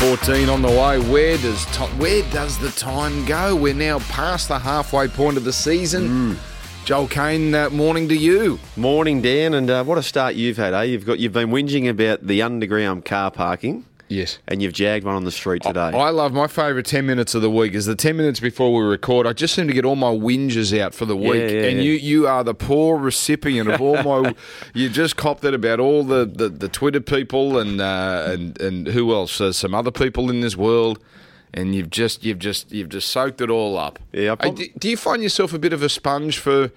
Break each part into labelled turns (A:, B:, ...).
A: 17 on the way. Where does to- where does the time go? We're now past the halfway point of the season. Joel Kane, uh, morning to you.
B: Morning, Dan, and uh, what a start you've had, eh? You've got you've been whinging about the underground car parking,
A: Yes.
B: and you've jagged one on the street today.
A: I love my favourite 10 minutes of the week is the 10 minutes before we record. I just seem to get all my whinges out for the week.
B: yeah,
A: and
B: yeah.
A: You, you are the poor recipient of all my. you just copped it about all the, the, the Twitter people and, uh, and, and who else? There's some other people in this world. And you've just you've just you've just soaked it all up.
B: Yeah, I
A: Hey,
B: prob-
A: do, do you find yourself a bit of a sponge for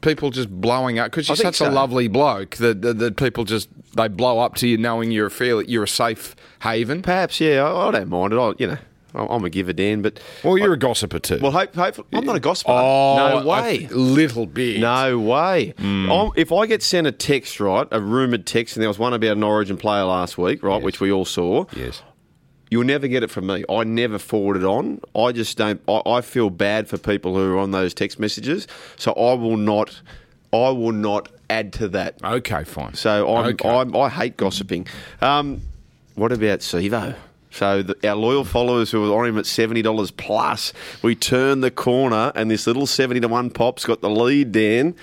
A: people just blowing up? Because you're
B: think
A: such a
B: so.
A: lovely bloke that, that that people just they blow up to you, knowing you're a fair, you're a safe haven.
B: Perhaps, yeah, I, I don't mind it. I, you know, I- I'm a giver, Dan, but
A: Well, you're a gossiper too.
B: well, hope, hopefully, I'm not a gossiper.
A: Oh,
B: no way.
A: A little bit.
B: No way.
A: Hmm.
B: I'm, if I get sent a text, right, a rumoured text, and there was one about an Origin player last week, right, which we all saw,
A: Yes.
B: you'll never get it from me. I never forward it on. I just don't. I, I feel bad for people who are on those text messages, so I will not. I will not add to that.
A: Okay, fine.
B: So I'm,
A: Okay.
B: I'm, I hate gossiping. Um, what about Sevo? So the, our loyal followers who were on him at seventy dollars plus, we turned the corner and this little seventy to one pop's got the lead. Dan,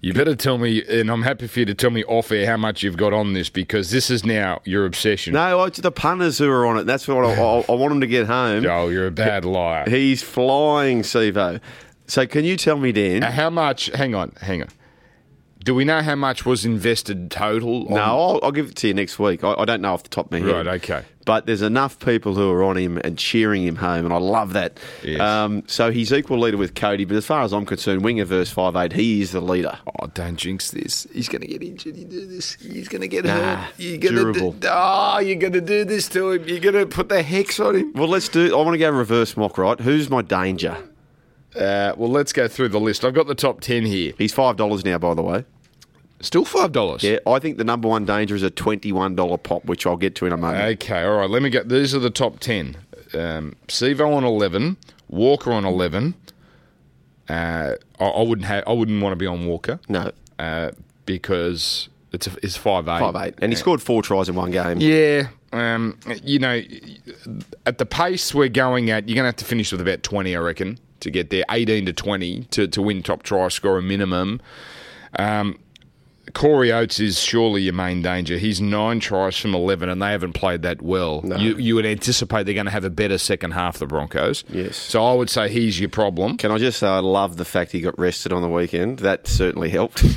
A: you better tell me, and I'm happy for you to tell me off air how much you've got on this because this is now your obsession.
B: no, I, the punters who are on it. That's what I, I, I want him to get home.
A: Joel, Oh, you're a bad liar.
B: He's flying, Sevo. So can you tell me, Dan?
A: Now, how much? Hang on, hang on. Do we know how much was invested total? Oh, on-
B: No, I'll, I'll give it to you next week. I, I don't know off the top of my head.
A: Um, Right, okay.
B: But there's enough people who are on him and cheering him home, and I love that.
A: Yes.
B: Um, so he's equal leader with Cody, but as far as I'm concerned, winger verse five eight, he is the leader.
A: Oh, don't jinx this. He's going to get injured. You do this. He's going to get
B: Nah,
A: hurt. You're going to
B: durable.
A: do, oh, you're going to do this to him. You're going to put the hex on him.
B: Well, let's do. I want to go reverse mock, right? Who's my danger?
A: Uh, well, let's go through the list. I've got the top 10 here.
B: He's five dollars now, by the way.
A: Still $5.
B: Yeah, I think the number one danger is a twenty-one dollar pop, which I'll get to in a moment.
A: Okay, all right. Let me get. These are the top ten. Um, Sevo on eleven, Walker on eleven. Uh, I, I wouldn't have. I wouldn't want to be on Walker
B: no,
A: uh, because it's a, it's five eight.
B: five eight, and he scored four tries in one game.
A: Yeah. Um, you know, at the pace we're going at, you're going to have to finish with about 20, I reckon, to get there. 18 to 20 to, to win top try scorer minimum. Um, Corey Oates is surely your main danger. He's nine tries from 11, and they haven't played that well. You, you would anticipate they're going to have a better second half, the Broncos.
B: Yes.
A: So I would say he's your problem.
B: Can I just say I love the fact he got rested on the weekend? That certainly helped.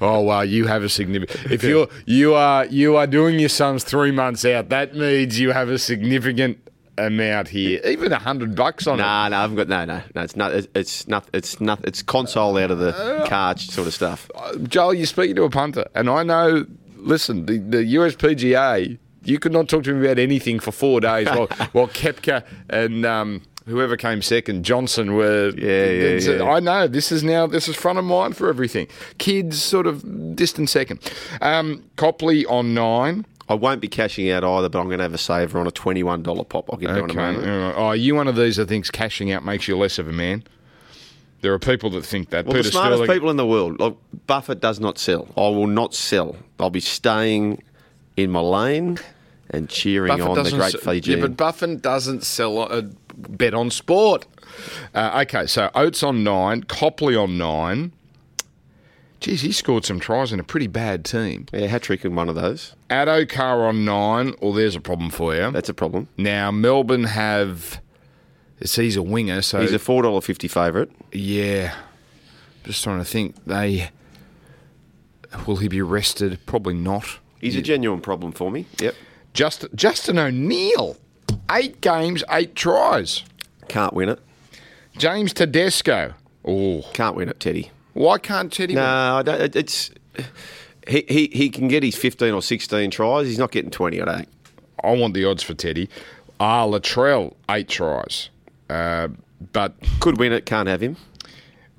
A: Oh wow, you have a significant. If you're you are you are doing your son's three months out, that means you have a significant amount here. Even a hundred bucks on it.
B: Nah, no, I haven't got no, no, no. It's not. It's not. It's not. It's console out of the cart sort of stuff.
A: Uh, Joel, you're speaking to a punter, and I know. Listen, the, the USPGA, you could not talk to me about anything for four days while while Kepka and. Um, Whoever came second, Johnson, were.
B: Yeah, yeah,
A: it's-
B: yeah.
A: I know this is now this is front of mind for everything. Kids, sort of distant second. Um, Copley on nine.
B: I won't be cashing out either, but I'm going to have a saver on a twenty-one dollar pop. I'll get to it in a
A: Okay. all
B: moment.
A: right. Oh, are you one of these that thinks cashing out makes you less of a man? There are people that think that.
B: Well,
A: Peter
B: the smartest
A: Sterling-
B: people in the world. Look, Buffett does not sell. I will not sell. I'll be staying in my lane and cheering on the
A: doesn't
B: great
A: s-
B: Fijian.
A: Yeah, but Buffett doesn't sell a bet on sport. Uh, okay, so Oates on nine, Copley on nine. Geez, he scored some tries in a pretty bad team.
B: yeah, hat trick in one of those.
A: Addo Carr on nine. Well, there's a problem for you.
B: That's a problem.
A: Now Melbourne have. it's- He's a winger, so
B: He's a four dollar fifty favourite.
A: Yeah. Just trying to think. They will he be arrested? Probably not.
B: He's a genuine problem for me. Yep.
A: Just Justin O'Neill. Eight games, eight tries.
B: Can't win it.
A: James Tedesco. Oh.
B: Can't win it, Teddy.
A: Why can't Teddy win?
B: No, I don't, it- it's he, he he can get his fifteen or sixteen tries. He's not getting twenty. I don't. think.
A: I want the odds for Teddy. Ah, Latrell, eight tries. Uh, but
B: Could win it. Can't have him.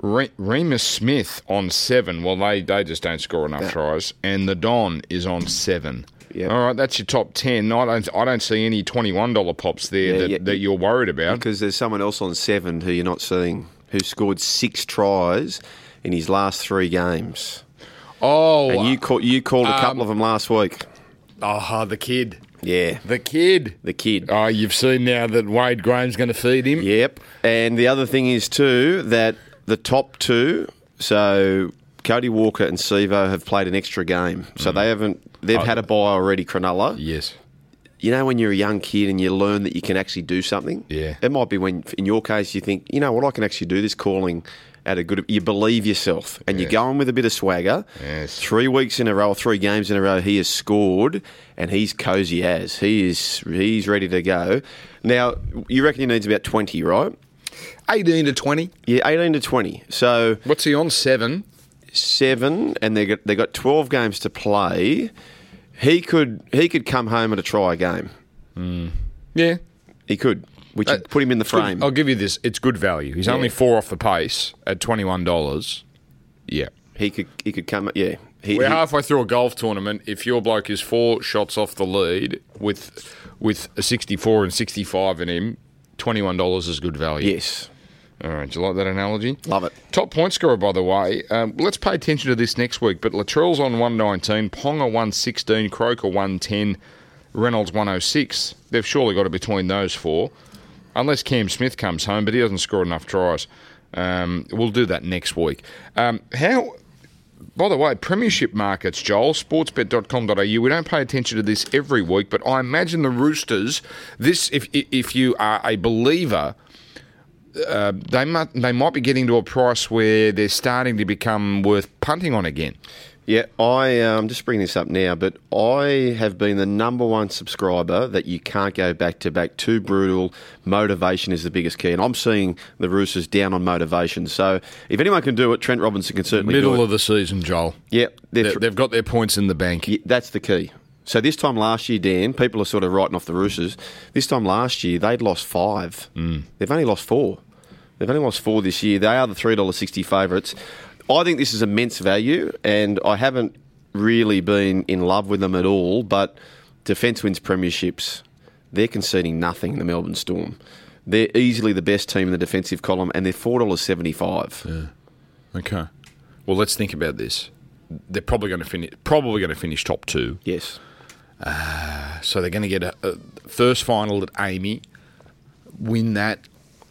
A: Re- Remus Smith on seven. Well, they, they just don't score enough tries. And the Don is on seven.
B: Yeah.
A: All right, that's your top ten. I don't I don't see any twenty one dollar pops there
B: Yeah,
A: that,
B: yeah.
A: that you're worried about.
B: because there's someone else on seven who you're not seeing who scored six tries in his last three games.
A: Oh,
B: And you call, you called a couple of them last week.
A: ah, the kid.
B: Yeah.
A: The kid.
B: The kid.
A: Oh, you've seen now that Wade Graham's going to feed him.
B: Yep. And the other thing is too that the top two, so Cody Walker and Sevo have played an extra game, so they haven't. They've had a bye already, Cronulla.
A: Yes.
B: You know, when you're a young kid and you learn that you can actually do something.
A: Yeah.
B: It might be when, in your case, you think, you know what, I can actually do this calling at a good. You believe yourself, and you
A: Yeah.
B: go in with a bit of swagger.
A: Yes.
B: Three weeks in a row, three games in a row, he has scored, and he's cozy as he is. He's ready to go. Now, you reckon he needs about twenty, right?
A: 18 to 20.
B: Yeah, eighteen to twenty. So
A: What's he on? Seven.
B: seven, and they got they got twelve games to play. He could he could come home at a try game.
A: Yeah.
B: He could, which
A: Uh,
B: would put him in the
A: Good-
B: frame.
A: I'll give you this. It's good value. He's only four off the pace at $21. Yeah.
B: He could he could come. Yeah, he,
A: We're
B: he-
A: halfway through a golf tournament. If your bloke is four shots off the lead with with a 64 and 65 in him, $21 is good value.
B: yes,
A: All right. Do you like that analogy?
B: love it.
A: Top point scorer, by the way. Um, let's pay attention to this next week. But Latrell's on 119, Ponga 116, Croker 110, Reynolds 106. They've surely got it between those four, unless Cam Smith comes home, but he doesn't score enough tries. Um, we'll do that next week. Um, how? By the way, premiership markets, Joel, sportsbet.com.au. We don't pay attention to this every week, but I imagine the Roosters, this if if you are a believer they might they might be getting to a price where they're starting to become worth punting on again.
B: Yeah, I am um, just bringing this up now, but I have been the number one subscriber that you can't go back to back. Too brutal. Motivation is the biggest key, and I'm seeing the Roosters down on motivation. So if anyone can do it, Trent Robinson can certainly do it.
A: of the season, Joel.
B: yeah, they're
A: They-
B: thr-
A: They've got their points in the bank.
B: Yeah, that's the key. So this time last year, Dan, people are sort of writing off the Roosters. This time last year, they'd lost five. Mm. They've only lost four. They've only lost four this year. They are the three dollar sixty favourites. I think this is immense value, and I haven't really been in love with them at all. But defence wins premierships. They're conceding nothing in the Melbourne Storm. They're easily the best team in the defensive column, and they're four dollars seventy five.
A: Okay. Well, let's think about this. They're probably going to finish probably going to finish top two.
B: Yes.
A: So they're going to get a, a first final at Amy, win that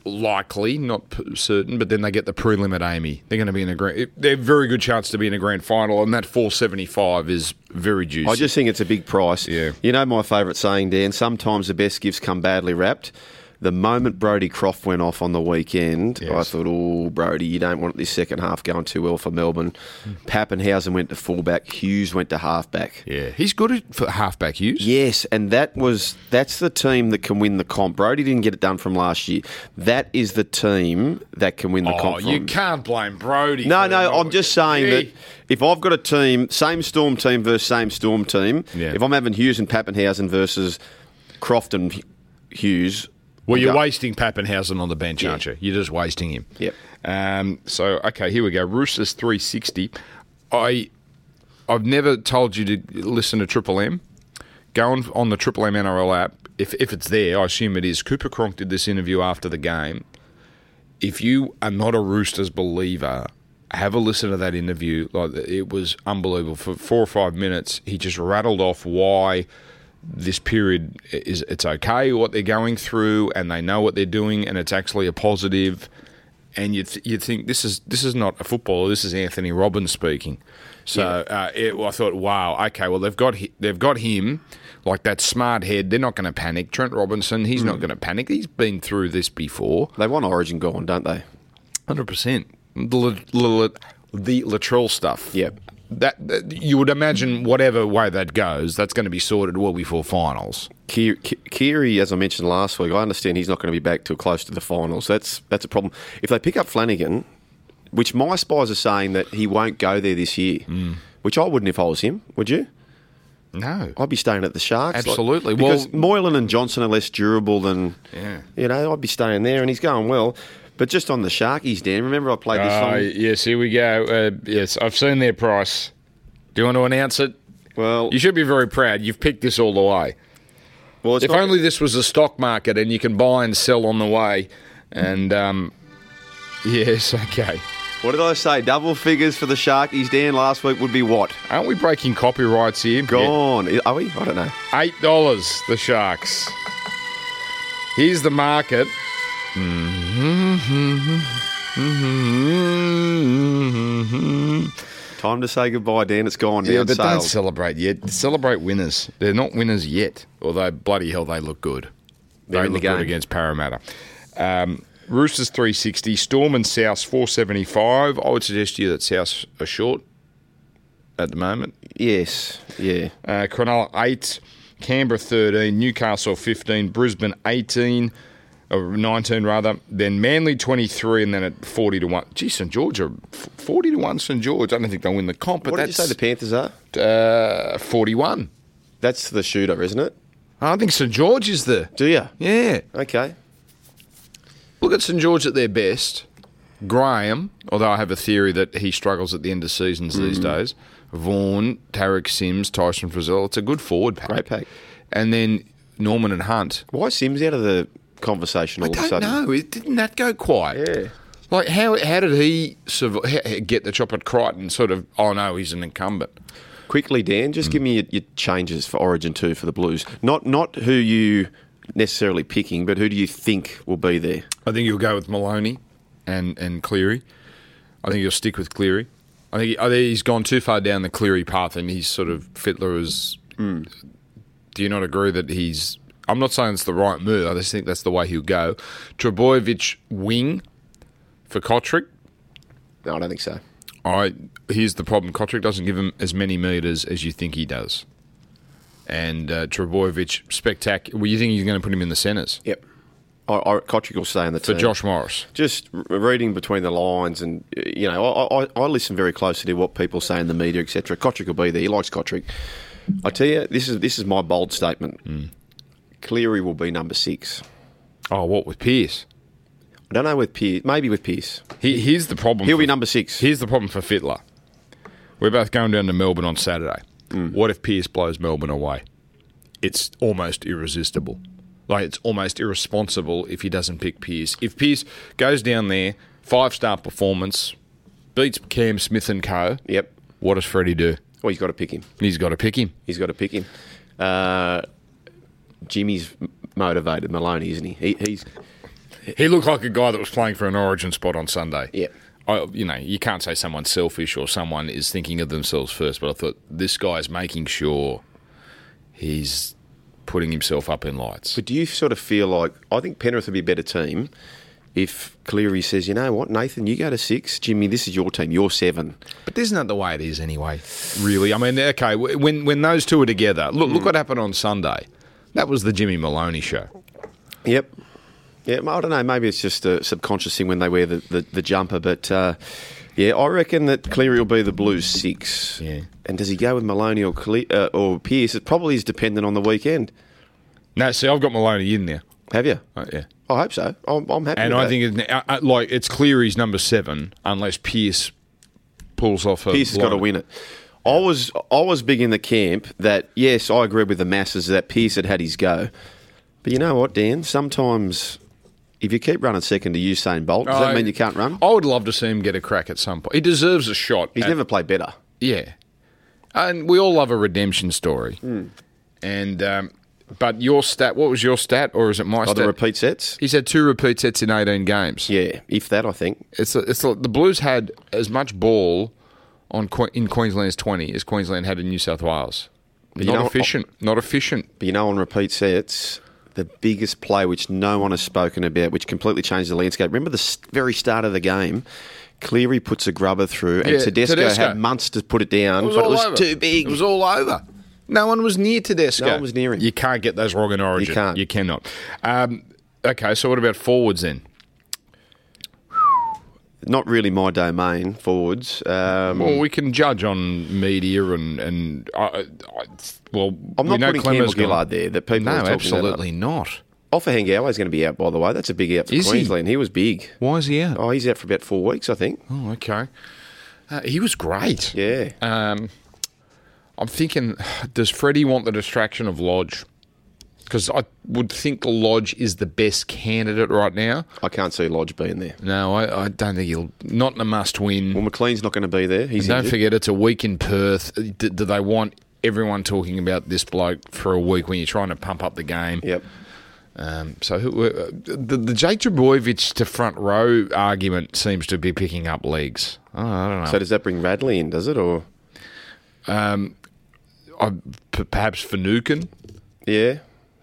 A: likely, not p- certain, but then they get the prelim at Amy. They're going to be in a grand. They're very good chance to be in a grand final, and that four seventy five is very juicy.
B: I just think it's a big price.
A: Yeah.
B: You know my favourite saying, Dan. Sometimes the best gifts come badly wrapped. The moment Brody Croft went off on the weekend, I
A: Yes.
B: thought, oh, Brody, you don't want this second half going too well for Melbourne.
A: Hmm.
B: Pappenhausen went to fullback. Hughes went to halfback.
A: yeah, he's good at for halfback use.
B: Yes, and that was that's the team that can win the comp. Brody didn't get it done from last year. That is the team that can win the
A: Oh,
B: comp. From.
A: you can't blame Brody.
B: No,
A: for
B: no,
A: not-
B: I'm just saying that
A: Gee.
B: if I've got a team, same Storm team versus same Storm team,
A: Yeah.
B: if I'm having Hughes and Pappenhausen versus Croft and Hu- Hughes,
A: Well,
B: I'll
A: you're
B: go-
A: wasting Pappenhausen on the bench, aren't you? You're just wasting him.
B: Yep.
A: Um, so okay, here we go. Roosters 360. I I've never told you to listen to Triple M. Go on, on the Triple M NRL app. If, if it's there, I assume it is. Cooper Cronk did this interview after the game. If you are not a Roosters believer, have a listen to that interview. Like it was unbelievable. For four or five minutes, he just rattled off why this period is it's okay what they're going through, and they know what they're doing, and it's actually a positive. And you th- you think this is this is not a footballer. This is Anthony Robbins speaking. So uh, it, well, I thought, wow, okay, well they've got hi- they've got him, like that smart head. They're not going to panic. Trent Robinson, he's not going to panic. He's been through this before.
B: they want Origin gone, don't they?
A: Hundred percent. The la- la- la- the Latrell stuff.
B: Yep.
A: That, that- you would imagine, whatever way that goes, that's going to be sorted well before finals.
B: Ki- Ki- Kiri, as I mentioned last week, I understand he's not going to be back till close to the finals. That's that's a problem. If they pick up Flanagan, which my spies are saying that he won't go there this year,
A: Mm.
B: which I wouldn't if I was him, would you?
A: No.
B: I'd be staying at the Sharks. like-
A: Absolutely.
B: because
A: Well-
B: Moylan and Johnson are less durable than,
A: Yeah.
B: you know, I'd be staying there and he's going well. But just on the Sharkies, Dan, remember I played this
A: Uh,
B: song?
A: yes, here we go. Uh, yes, I've seen their price. Do you want to announce it?
B: Well,
A: You should be very proud. You've picked this all the way.
B: well it's
A: If
B: not-
A: only this was the stock market and you can buy and sell on the way. And um, yes, okay.
B: What did I say? Double figures for the Sharkies, Dan, last week would be what?
A: Aren't we breaking copyrights here?
B: Gone. Are we? I don't know.
A: Yeah. Eight dollars. The sharks. Here's the market. Mm-hmm. Mm-hmm.
B: Time to say goodbye, Dan. It's gone. Now
A: Yeah,
B: it's
A: but don't
B: sales.
A: celebrate yet. Celebrate winners. They're not winners yet, although bloody hell, they look good.
B: They're
A: they
B: in the
A: look
B: game.
A: good against Parramatta. Um, Roosters 360, Storm and South 475. I would suggest to you that South are short at the moment.
B: Yes. Yeah.
A: Uh, Cronulla 8, Canberra 13, Newcastle 15, Brisbane 18, or 19 rather, then Manly 23, and then at 40 to 1. Gee, St George are f- 40 to 1 St George. I don't think they'll win the comp, but
B: What did you
A: that's
B: say the Panthers are?
A: uh, 41.
B: That's the shooter, isn't it?
A: I think St George is the.
B: Do you?
A: Yeah.
B: Okay.
A: Look at St George at their best. Graham, although I have a theory that he struggles at the end of seasons these days. Vaughan, Tarek Sims, Tyson Frizzell. It's a good forward pack.
B: Great pack.
A: And then Norman and Hunt.
B: Why is Sims out of the conversation all of a
A: Don't
B: sudden?
A: know. It- Didn't that go quiet?
B: Yeah.
A: Like how how did he survive, how, get the chop at Crichton? Sort of. Oh no, he's an incumbent.
B: Quickly, Dan, just give me your, your changes for Origin Two for the Blues. Not not who you necessarily picking, but who do you think will be there?
A: I think you'll go with Maloney and and Cleary. I think you'll stick with Cleary. I think, I think he's gone too far down the Cleary path, and he's sort of Fittler is. Do you not agree that he's? I'm not saying it's the right move. I just think that's the way he'll go. Trebojevic wing for Kotrick.
B: No, I don't think so.
A: I here's the problem: Kotrick doesn't give him as many meters as you think he does. And uh, Trebojevic, spectacular. Well, you think he's going to put him in the centres
B: Yep. I, I, Kotrick will stay in the
A: for
B: team.
A: Josh Morris?
B: just r- reading between the lines, and uh, you know, I, I, I listen very closely to what people say in the media, etc. Kotrick will be there. He likes Kotrick. I tell you, this is this is my bold statement. Cleary will be number six.
A: Oh, what with Pierce?
B: I don't know with Pierce, maybe with Pierce.
A: He, here's the problem.
B: He'll
A: for-
B: be number six.
A: Here's the problem for Fittler. We're both going down to Melbourne on Saturday. What if Pierce blows Melbourne away? It's almost irresistible. Like it's almost irresponsible if he doesn't pick Pierce. If Pierce goes down there, five star performance, beats Cam Smith and Co.
B: Yep.
A: What does Freddie do?
B: Well, he's got to pick him.
A: He's got to pick him.
B: He's got to pick him. Uh, Jimmy's m- motivated Maloney, isn't he? he he's
A: He looked like a guy that was playing for an Origin spot on Sunday.
B: Yeah.
A: I, you know, you can't say someone's selfish or someone is thinking of themselves first, but I thought this guy is making sure he's putting himself up in lights.
B: But do you sort of feel like I think Penrith would be a better team if Cleary says, you know what, Nathan, you go to six, Jimmy, this is your team, you're seven.
A: But isn't that the way it is anyway? Really, I mean, okay, w- when when those two are together, look look what happened on Sunday. That was the Jimmy Maloney show.
B: Yep. Yeah, I don't know. Maybe it's just a subconscious thing when they wear the, the, the jumper, but uh, yeah, I reckon that Cleary will be the Blues six.
A: Yeah.
B: And does he go with Maloney or Cle- uh, or Pierce? It probably is dependent on the weekend.
A: No, see, I've got Maloney in there.
B: Have you?
A: Uh, yeah.
B: I hope so. I'm, I'm happy.
A: And
B: with
A: I
B: that.
A: think, it, uh, uh, like, it's clear he's number seven unless Pierce pulls off a.
B: Pierce has got to
A: blinder.
B: win it. I was I was big in the camp that yes, I agree with the masses that Pierce had had his go, but you know what, Dan? Sometimes if you keep running second to Usain Bolt, does that
A: I-
B: mean you can't run?
A: Oh, I would love to see him get a crack at some point. He deserves a shot.
B: He's
A: at-
B: never played better.
A: yeah, and we all love a redemption story.
B: Hmm.
A: And um, but your stat, what was your stat, or is it my
B: Other
A: stat?
B: repeat sets.
A: He's had two repeat sets in eighteen games.
B: Oh, Yeah, if that, I think.
A: It's it's the Blues had as much ball on Que- in Queensland's twenty as Queensland had in New South Wales.
B: you
A: not
B: know- oh.
A: efficient. not efficient.
B: But you know, on repeat sets, the biggest play which no one has spoken about, which completely changed the landscape. Remember the s- very start of the game? Cleary puts a grubber through, and
A: Yeah,
B: Tedesco,
A: Tedesco.
B: had months to put it down, but it was too big.
A: It was all over. No one was near Tedesco.
B: No one was near him.
A: You can't get those wrong in Origin.
B: You can't.
A: You cannot. Um, okay, so what about forwards then?
B: Not really my domain, forwards. Um,
A: Well, we can judge on media and and I, I, well,
B: I'm not
A: we know Clemmer's
B: putting Campbell
A: gone-
B: Gillard there. That people
A: No,
B: are talking
A: absolutely not.
B: About. Offa Hengawa is going to be out, by the way. That's a big out for
A: Is he?
B: Queensland. He? was big.
A: Why is he out?
B: Oh, he's out for about four weeks, I think.
A: Oh, okay. Uh, he was great.
B: Yeah.
A: Um, I'm thinking, does Freddie want the distraction of Lodge? Because I would think Lodge is the best candidate right now.
B: I can't see Lodge being there.
A: No, I, I don't think he'll. Not in a must win.
B: Well, McLean's not going to be there. He's
A: Don't
B: injured.
A: forget, it's a week in Perth. Do, do they want everyone talking about this bloke for a week when you're trying to pump up the game?
B: Yep.
A: Um, so who, uh, the, the Jake Trebojevic to front row argument seems to be picking up legs. Oh, I don't know.
B: So does that bring Radley in? Does it or
A: I, p- perhaps Finucane.
B: yeah?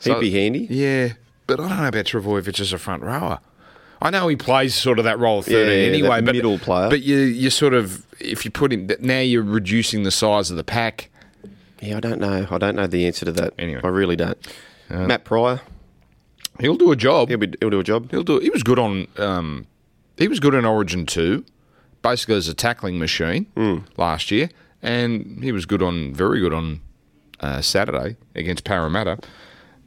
B: He'd
A: So-
B: be handy.
A: Yeah, but I don't know about Travojevic as a front rower. I know he plays sort of that role of
B: Yeah,
A: 13
B: yeah,
A: anyway,
B: that
A: but
B: middle player.
A: But you you sort of if you put him now you're reducing the size of the pack.
B: Yeah, I don't know. I don't know the answer to that.
A: Anyway. Uh,
B: I really don't. Matt Pryor,
A: He'll do a job.
B: he'll be he'll do a job.
A: He'll do. He was good on. Um, he was good in Origin two, basically as a tackling machine last year, and he was good on very good on uh, Saturday against Parramatta.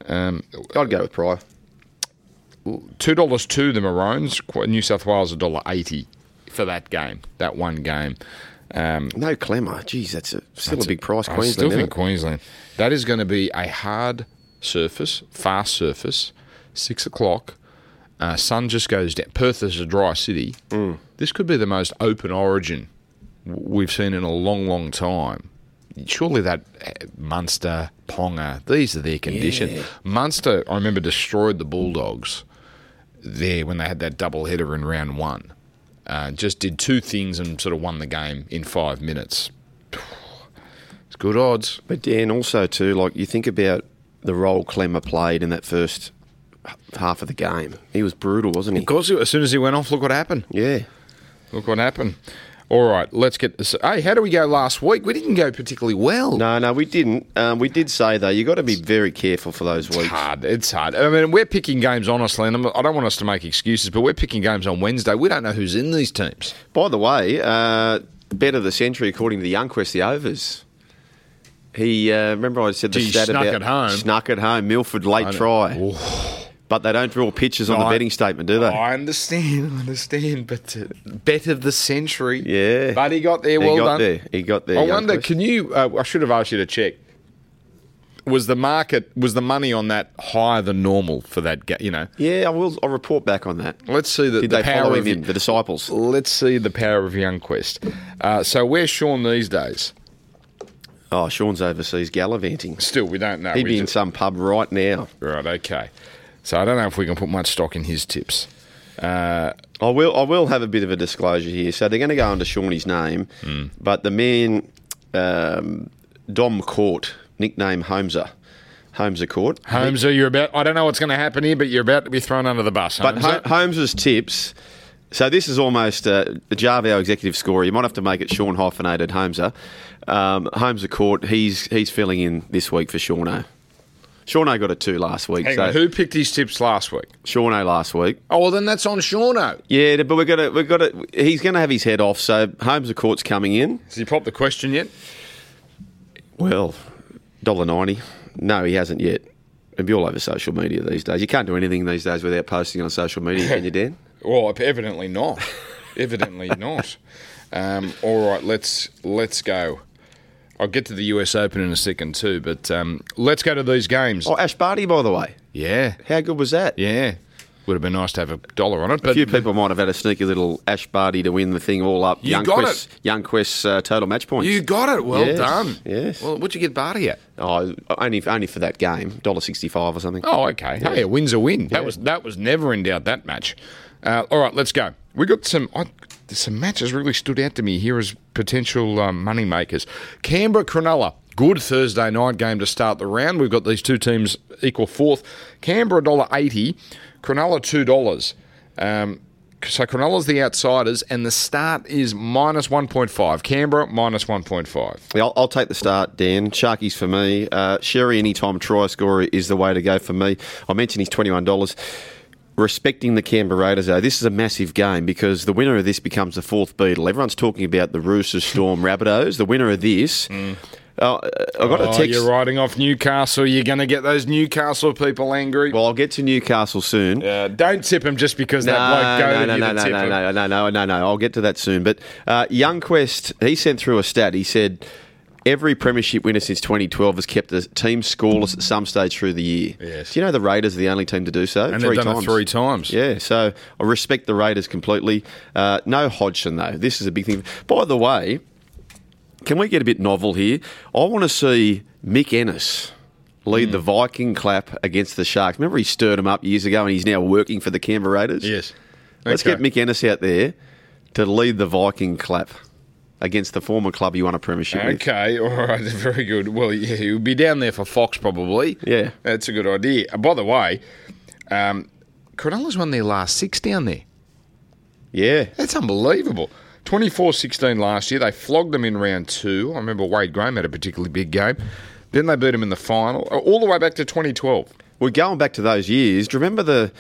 A: Um,
B: I'd go with Pryor.
A: two dollars to the Maroons. Qu- New South Wales a dollar eighty for that game. That one game. Um,
B: No clamour. Geez, that's a, still a big price.
A: I
B: Queensland.
A: still
B: isn't
A: think
B: it?
A: Queensland. That is going to be a hard surface, fast surface. Six o'clock. Uh, sun just goes down. Perth is a dry city.
B: Mm.
A: This could be the most open origin w- we've seen in a long, long time. Surely that uh, Munster, Ponga, these are their conditions. Munster, I remember, destroyed the Bulldogs there when they had that double header in round one. Uh, just did two things and sort of won the game in five minutes. It's good odds.
B: But Dan, also too, like you think about the role Clemmer played in that first h- half of the game. He was brutal, wasn't he?
A: Of course, as soon as he went off, look what happened.
B: Yeah.
A: Look what happened. All right, let's get this. Hey, how do we go last week? We didn't go particularly well.
B: No, no, we didn't. Um, we did say though, you got to be very careful for those
A: It's
B: weeks.
A: hard. It's hard. I mean, we're picking games honestly, and I'm, I don't want us to make excuses, but we're picking games on Wednesday. We don't know who's in these teams.
B: By the way, uh, better the century according to the Youngquest, the overs. He uh, remember I said the
A: Gee,
B: stat
A: snuck
B: about
A: it home.
B: snuck at home Milford late try, but they don't draw pictures on the
A: I-
B: betting statement, do they?
A: I understand, I understand, but uh, bet of the century.
B: Yeah.
A: But he got there.
B: he
A: well
B: got
A: done.
B: there. He got there.
A: I wonder.
B: Youngquist.
A: Can you? Uh, I should have asked you to check. Was the market? Was the money on that higher than normal for that? Ga- you know.
B: Yeah, I will. I'll report back on that.
A: Let's see the,
B: Did
A: the
B: they follow
A: power
B: him
A: of
B: in? The disciples.
A: Let's see the power of YoungQuest. Uh, so where's Sean these days?
B: Oh, Sean's overseas gallivanting.
A: Still, we don't know.
B: He'd
A: We
B: be in
A: just-
B: some pub right now.
A: right, okay. So I don't know if we can put much stock in his tips.
B: I will. I will have a bit of a disclosure here. So they're going to go under Shawnee's name,
A: Hmm.
B: but the man um, Dom Court, nickname Holmeser, Holmeser Court.
A: Holmes, are you about? I don't know what's going to happen here, but you're about to be thrown under the bus.
B: But
A: Holmes.
B: Ho- Holmes's tips. So this is almost uh, the Jarvo executive score. You might have to make it Sean hyphenated Holmeser. Um, Holmeser Court. He's he's filling in this week for Shawno. Shawno got a two last week.
A: Hang
B: so
A: on, who picked his tips last week?
B: Shawno last week.
A: Oh, well, then that's on Shauno.
B: Yeah, but we're gonna we're gonna he's gonna have his head off. So Holmes Court's coming in.
A: Has he popped the question yet?
B: Well, dollar ninety. No, he hasn't yet. It'd be all over social media these days. You can't do anything these days without posting on social media, can you, Dan?
A: Well, evidently not. evidently not. Um, all right, let's let's go. I'll get to the US Open in a second too, but um, let's go to these games.
B: Oh, Ash Barty, by the way,
A: Yeah,
B: how good was that?
A: yeah. Would have been nice to have a dollar on it,
B: A
A: but
B: few people might have had a sneaky little Ash Barty to win the thing all up.
A: You got
B: Quest's- Young Quest's uh, total match points.
A: you got it. Well
B: Yes,
A: done.
B: yes.
A: Well, what'd you get Barty at?
B: Oh, only only for that game, dollar sixty five or something.
A: Oh, okay. Hey, a win's a win. That was that was never in doubt. That match. Uh, all right, let's go. We got some I, some matches really stood out to me here as potential um, money makers. Canberra Cronulla, good Thursday night game to start the round. We've got these two teams equal fourth. Canberra dollar eighty, Cronulla two dollars. Um, so Cronulla's the outsiders, and the start is minus one point five. Canberra minus one point five.
B: Yeah, I'll, I'll take the start, Dan. Sharkies for me. Uh, Sherry anytime try scorer is the way to go for me. I mentioned he's twenty one dollars. Respecting the Canberra Raiders, though, this is a massive game because the winner of this becomes the fourth Beetle. Everyone's talking about the Roosters, Storm, Rabbitohs. The winner of this, uh, I got
A: Mm. Oh,
B: a text.
A: you're riding off Newcastle. You're going to get those Newcastle people angry.
B: Well, I'll get to Newcastle soon.
A: Uh, don't tip him just because that bloke goaded
B: no,
A: you
B: no,
A: to
B: no,
A: tip
B: no,
A: him.
B: no, no, no, no, no, no. I'll get to that soon. But uh, Youngquest, he sent through a stat. He said Every premiership winner since 2012 has kept the team scoreless at some stage through the year.
A: Yes.
B: Do you know the Raiders are the only team to do so?
A: And they've done it three times.
B: Yeah, so I respect the Raiders completely. Uh, no Hodgson, though. This is a big thing. By the way, can we get a bit novel here? I want to see Mick Ennis lead
A: Hmm.
B: the Viking clap against the Sharks. Remember, he stirred them up years ago and he's now working for the Canberra Raiders?
A: Yes.
B: Let's
A: Okay.
B: get Mick Ennis out there to lead the Viking clap against the former club he won a premiership with.
A: Okay, all right, very good. Well, yeah, he'll be down there for Fox probably.
B: Yeah.
A: That's a good idea. Uh, By the way, um, Cronulla's won their last six down there.
B: Yeah.
A: That's unbelievable. 24 16 last year. They flogged them in round two. I remember Wade Graham had a particularly big game. Then they beat them in the final, uh, all the way back to 2012.
B: Well, going back to those years, do you remember the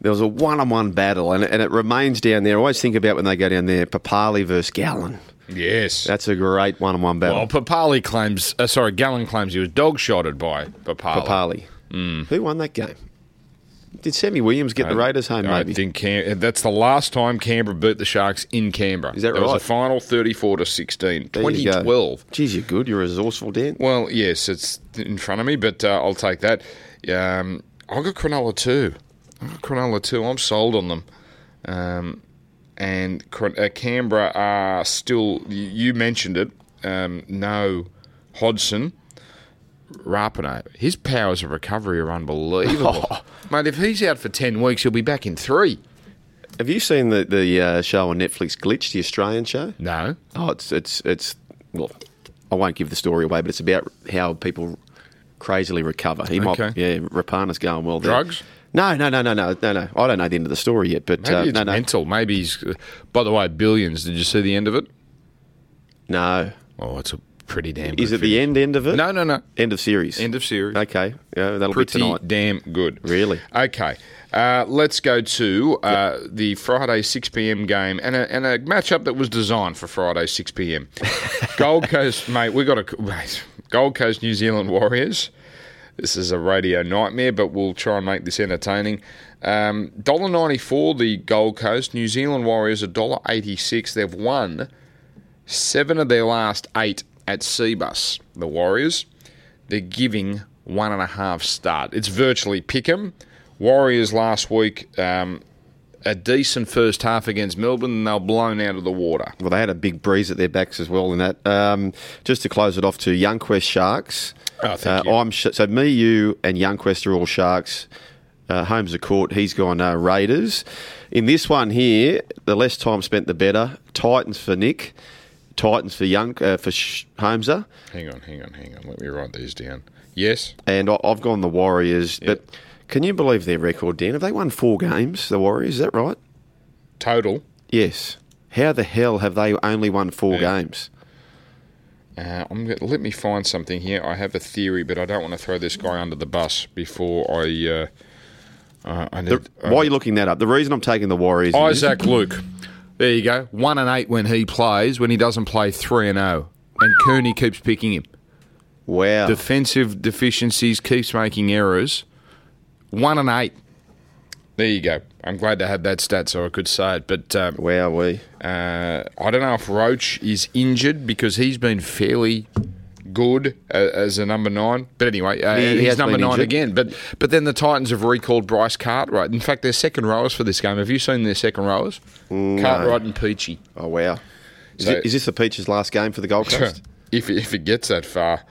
B: there was a one-on-one battle, and, and it remains down there. I always think about when they go down there, Papali versus Gallen.
A: Yes.
B: That's a great one-on-one battle.
A: well, Oh, Papali claims, uh, sorry, Gallen claims he was dog shotted by Papali.
B: Papali. Who won that game? Did Sammy Williams get the Raiders home?
A: Mm. I
B: Maybe.
A: think Cam- uh, that's the last time Canberra beat the Sharks in Canberra.
B: Is that
A: There
B: right?
A: was a final 34 to 16,
B: There you go.
A: 2012.
B: Geez, you're good. You're resourceful, Dan.
A: Well, yes, it's in front of me, but uh, I'll take that. Um, I got Cronulla too. I got Cronulla too. I'm sold on them. Um, and Cron- uh, Canberra are still. You, you mentioned it. Um, no, Hodgson. Rapino, his powers of recovery are unbelievable. Mate, if he's out for 10 weeks, he'll be back in three.
B: Have you seen the the uh, show on Netflix, Glitch, the Australian show?
A: No.
B: Oh, it's it's it's. Well, I won't give the story away, but it's about how people crazily recover. He
A: Okay.
B: might, yeah, Rapana's going well. There.
A: Drugs?
B: No, no, no, no, no, no, no. I don't know the end of the story yet, but
A: Maybe
B: uh,
A: it's
B: no, no,
A: mental. Maybe he's. uh, By the way, billions. Did you see the end of it?
B: no.
A: Oh, it's a pretty damn.
B: Is
A: good
B: it the end? End of it?
A: No, no, no.
B: End of series.
A: End of series.
B: Okay. Yeah, that'll
A: pretty
B: be tonight.
A: damn good.
B: Really?
A: Okay. Uh, let's go to uh, the Friday 6 p.m. game and a, and a matchup that was designed for Friday 6 p.m. Gold Coast, mate, we got a mate, Gold Coast New Zealand Warriors. This is a radio nightmare, but we'll try and make this entertaining. Um, $1.94 the Gold Coast. New Zealand Warriors $1.86. They've won seven of their last eight at Seabus, the Warriors. They're giving one and a half start. It's virtually pick 'em. Warriors last week, um, a decent first half against Melbourne, and they're blown out of the water.
B: Well, they had a big breeze at their backs as well in that. Um, just to close it off to Youngquest Sharks.
A: Oh, thank
B: uh,
A: you.
B: I'm sh- so me, you, and Youngquest are all Sharks. Uh, Holmes a court. He's gone uh, Raiders. In this one here, the less time spent, the better. Titans for Nick. Titans for Young uh, for Sh- Holmeser.
A: Hang on, hang on, hang on. Let me write these down. Yes.
B: and I- I've gone the Warriors. But can you believe their record, Dan? Have they won four games, the Warriors? Is that right?
A: Total.
B: Yes. How the hell have they only won four games?
A: Uh, I'm gonna, let me find something here. I have a theory, but I don't want to throw this guy under the bus before I. Uh, uh, I need,
B: Why are you looking that up? The reason I'm taking the Warriors. is-
A: Isaac Luke. There you go. One and eight when he plays. When he doesn't play, three and zero. And Cooney keeps picking him.
B: wow.
A: Defensive deficiencies keeps making errors. One and eight. There you go. I'm glad to have that stat so I could say it. But um,
B: wow, we.
A: uh, I don't know if Roach is injured because he's been fairly good uh, as a number nine. But anyway, uh,
B: He- he
A: he's
B: has
A: number
B: been
A: nine
B: injured.
A: again. But but then the Titans have recalled Bryce Cartwright. In fact, their second rowers for this game. Have you seen their second rowers? Cartwright and Peachy.
B: Oh, wow. Is,
A: So-
B: it, is this the Peaches' last game for the Gold Coast?
A: if if it gets that far,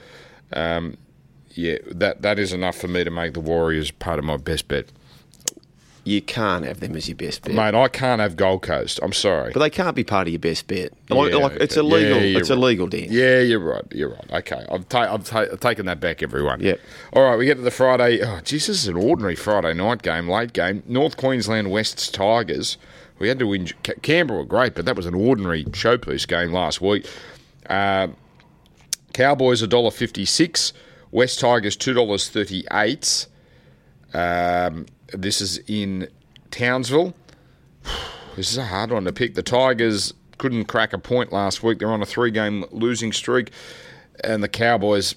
A: um, yeah, that that is enough for me to make the Warriors part of my best bet,
B: you can't have them as your best bet.
A: mate. I can't have Gold Coast. I'm sorry.
B: But they can't be part of your best bet. Like,
A: Yeah,
B: like, it's
A: okay.
B: illegal.
A: Yeah, you're
B: it's
A: right.
B: illegal, Dan.
A: Yeah, you're right. You're right. Okay, I've, ta- I've, ta- I've taken that back, everyone.
B: Yep.
A: All right, we get to the Friday. Oh, geez, this is an ordinary Friday night game, late game. North Queensland West's Tigers. We had to win. Ca- Canberra were great, but that was an ordinary showpiece game last week. Uh, Cowboys a dollar fifty six. West Tigers two dollars thirty eight. Um, this is in Townsville. This is a hard one to pick. The Tigers couldn't crack a point last week. They're on a three game losing streak. And the Cowboys.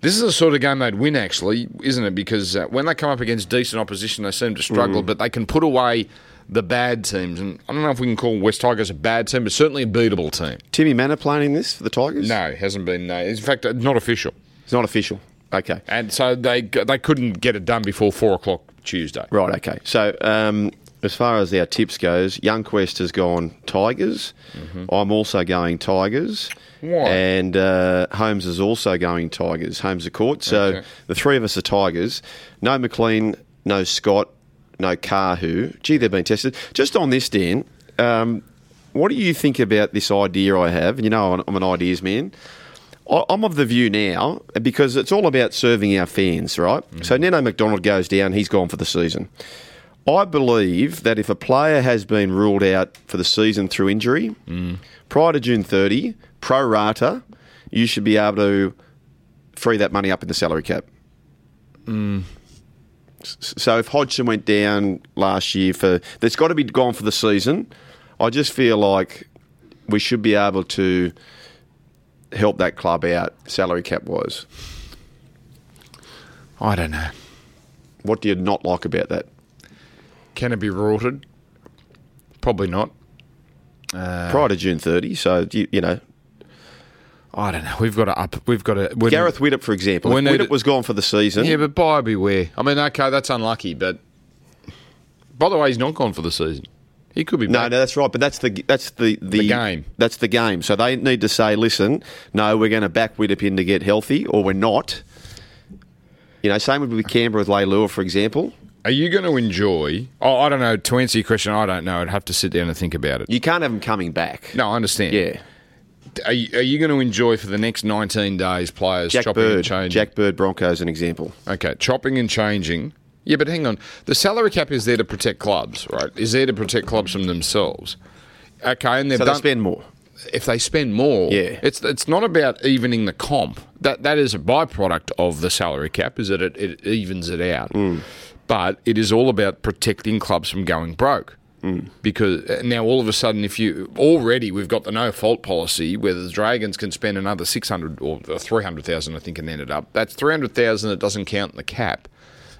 A: This is the sort of game they'd win, Mm. actually, isn't it? Because uh, when they come up against decent opposition, they seem to struggle, but they can put away the bad teams. And I don't know if we can call West Tigers a bad team, but certainly a beatable team.
B: Timmy Manor playing in this for the Tigers?
A: No, hasn't been. No, in fact, uh, not official.
B: It's not official. Okay.
A: And so they they couldn't get it done before four o'clock Tuesday.
B: Right, okay. So um, as far as our tips goes, Young Quest has gone Tigers. I'm also going Tigers.
A: Mm-hmm. Why?
B: And uh, Holmes is also going Tigers. Holmes the court. So
A: Okay.
B: the three of us are Tigers. No McLean, no Scott, no Carhu. Gee, they've been tested. Just on this, Dan, um, what do you think about this idea I have? And you know, I'm- I'm an ideas man. I- I'm of the view now because it's all about serving our fans, right? So Neno McDonald goes down, he's gone for the season. I believe that if a player has been ruled out for the season through injury, prior to June 30, pro rata, you should be able to free that money up in the salary cap. S- So if Hodgson went down last year for, there's got to be gone for the season. I just feel like we should be able to help that club out salary cap wise.
A: I don't know.
B: What do you not like about that?
A: Can it be rorted? Probably not. Uh,
B: prior to June 30, so you, you know
A: I don't know. We've got to up. We've got to. we're-
B: Gareth Widdop, for example,
A: We
B: when
A: need
B: Widdop
A: it-
B: was gone for the season,
A: Yeah, but buyer beware. I mean, okay, that's unlucky, but by the way, he's not gone for the season. He could be.
B: No,
A: back.
B: no, that's right. But that's the that's the, the,
A: game.
B: That's the game. So they need to say, listen, no, we're going to back Widdop in to get healthy, or we're not. You know, same would be with Canberra with Leilua, for example.
A: Are you going to enjoy? Oh, I don't know. To answer your question, I don't know. I'd have to sit down and think about it.
B: You can't have them coming back.
A: No, I understand.
B: Yeah,
A: Are you, are you going to enjoy for the next 19 days players
B: Jack
A: chopping
B: Bird,
A: and changing?
B: Jack Bird Broncos, an example.
A: Okay, chopping and changing. Yeah, but hang on. The salary cap is there to protect clubs, right? Is there to protect clubs from themselves. Okay, and they've
B: So they
A: done.
B: spend more.
A: if they spend more,
B: Yeah.
A: it's it's not about evening the comp. That that is a byproduct of the salary cap, is that it, it evens it out. But it is all about protecting clubs from going broke. Because uh, now all of a sudden, if you already we've got the no fault policy where the Dragons can spend another six hundred or uh, three hundred thousand, I think, and ended up that's three hundred thousand that doesn't count in the cap.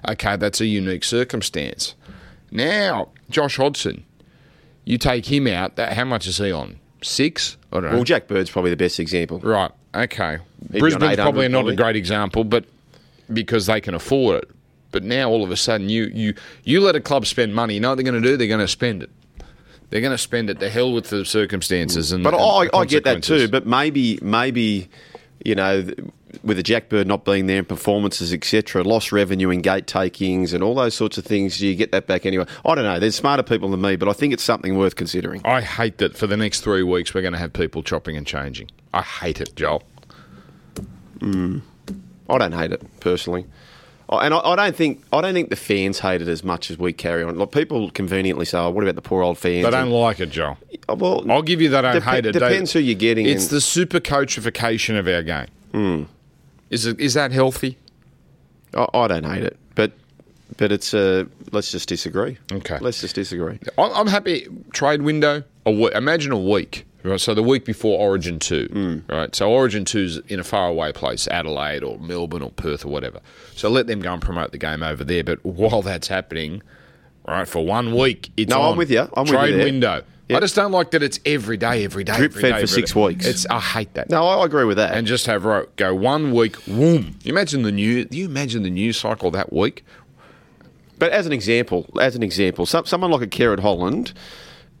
A: Okay, that's a unique circumstance. Now, Josh Hodgson, you take him out. That how much is he on? Six? I don't know.
B: Well, Jack Bird's probably the best example.
A: Right. Okay.
B: be on
A: Brisbane's
B: 800
A: probably not
B: probably.
A: a great example, but because they can afford it. But now all of a sudden, you you you let a club spend money. You know what they're going to do? They're going to spend it. They're going to spend it. To hell with the circumstances and.
B: But
A: and
B: I,
A: the
B: I get that too.
A: consequences.
B: But maybe, maybe, you know, th- with the Jack Bird not being there and performances, etc., lost revenue and gate takings and all those sorts of things, you get that back anyway. I don't know. There's smarter people than me, but I think it's something worth considering.
A: I hate that for the next three weeks we're going to have people chopping and changing. I hate it, Joel.
B: I don't hate it personally. I- And I, I don't think I don't think the fans hate it as much as we carry on. Like people conveniently say, "Oh, what about the poor old fans?"
A: They don't like it, Joel.
B: Oh, well,
A: I'll give you that. I don't
B: Dep-
A: hate it. They-
B: depends who you're getting Hmm.
A: It's
B: and-
A: the super coachification of our game. Is it is that healthy?
B: I, I don't hate it, but but it's uh, let's just disagree.
A: Okay.
B: let's just disagree.
A: I'm, I'm happy. Trade window. A we- imagine a week. Right, so the week before Origin Two,
B: Hmm.
A: right? So Origin Two's in a faraway place, Adelaide or Melbourne or Perth or whatever. So let them go and promote the game over there. But while that's happening, right, for one week, it's
B: No, I'm
A: on.
B: with you. I'm with you
A: Trade
B: there.
A: window.
B: Yeah.
A: I just don't like that it's every day, every day,
B: Drip
A: every
B: fed
A: day,
B: for
A: every
B: six
A: day.
B: weeks.
A: It's I hate that.
B: No, I agree with that.
A: and just have right, go one week. Whoom! You imagine the new. You imagine the news cycle that week.
B: But as an example, as an example, some, someone like a Kerrod Holland,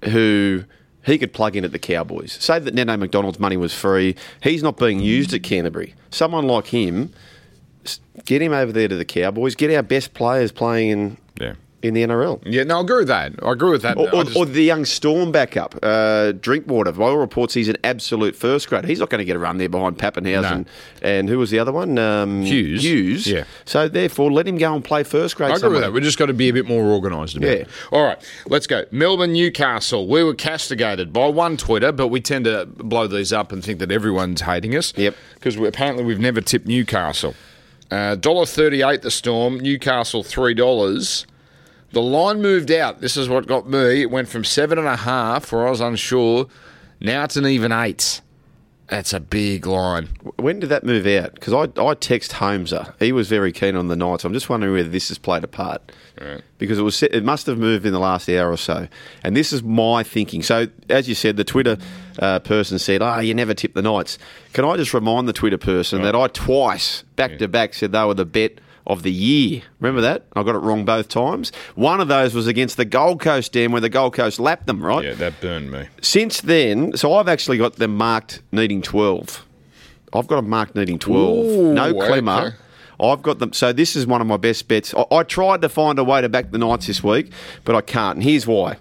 B: who he could plug in at the Cowboys. Say that Nene McDonald's money was free. He's not being used at Canterbury. Someone like him, s- get him over there to the Cowboys. Get our best players playing in
A: Yeah.
B: in the NRL.
A: Yeah, no, I agree with that. I agree with that.
B: Or,
A: I
B: or,
A: just-
B: or the young Storm backup, uh, Drinkwater. By all reports, he's an absolute first grader. He's not going to get a run there behind Pappenhausen. And who was the other one? Um,
A: Hughes.
B: Hughes.
A: Yeah.
B: So therefore, let him go and play first grade.
A: I agree with
B: somewhere.
A: that. We've just got to be a bit more organised about
B: Yeah.
A: it. All right, let's go. Melbourne, Newcastle. We were castigated by one Twitter, but we tend to blow these up and think that everyone's hating us.
B: Yep.
A: Because we, apparently we've never tipped Newcastle. Uh, $1.38 the Storm, Newcastle $3. The line moved out. This is what got me. It went from seven and a half, where I was unsure. Now it's an even eight. That's a big line.
B: When did that move out? Because I, I text Holmeser. He was very keen on the Knights. I'm just wondering whether this has played a part.
A: Right.
B: Because it was set- it must have moved in the last hour or so. And this is my thinking. So, as you said, the Twitter uh, person said, oh, you never tip the Knights. Can I just remind the Twitter person that I twice, back to back, said they were the bet of the year. Remember that? I got it wrong both times. One of those was against the Gold Coast, Dan, where the Gold Coast lapped them, right?
A: Yeah, that burned me.
B: Since then, so I've actually got them marked needing 12. I've got them marked needing 12.
A: Ooh,
B: no Clemmer.
A: okay.
B: I've got them. So this is one of my best bets. I, I tried to find a way to back the Knights this week, but I can't. And here's why.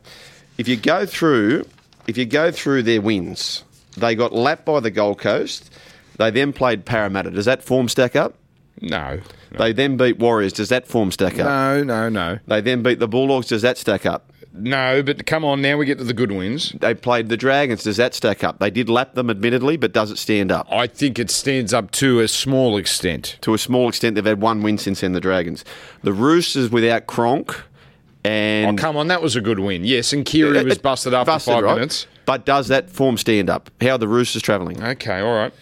B: If you go through, if you go through their wins, they got lapped by the Gold Coast. They then played Parramatta. Does that form stack up?
A: No. No,
B: They then beat Warriors. Does that form stack up?
A: no, no. No,
B: They then beat the Bulldogs. Does that stack up?
A: No, but come on, now we get to the good wins.
B: They played the Dragons. Does that stack up? They did lap them, admittedly, but does it stand up?
A: I think it stands up to a small extent.
B: To a small extent, they've had one win since then, the Dragons. The Roosters without Cronk
A: Oh,
B: and.
A: come on, that was a good win. Yes, and Kiri was busted after
B: Busted,
A: five
B: right?
A: minutes.
B: But does that form stand up? How are the Roosters travelling?
A: Okay, all right.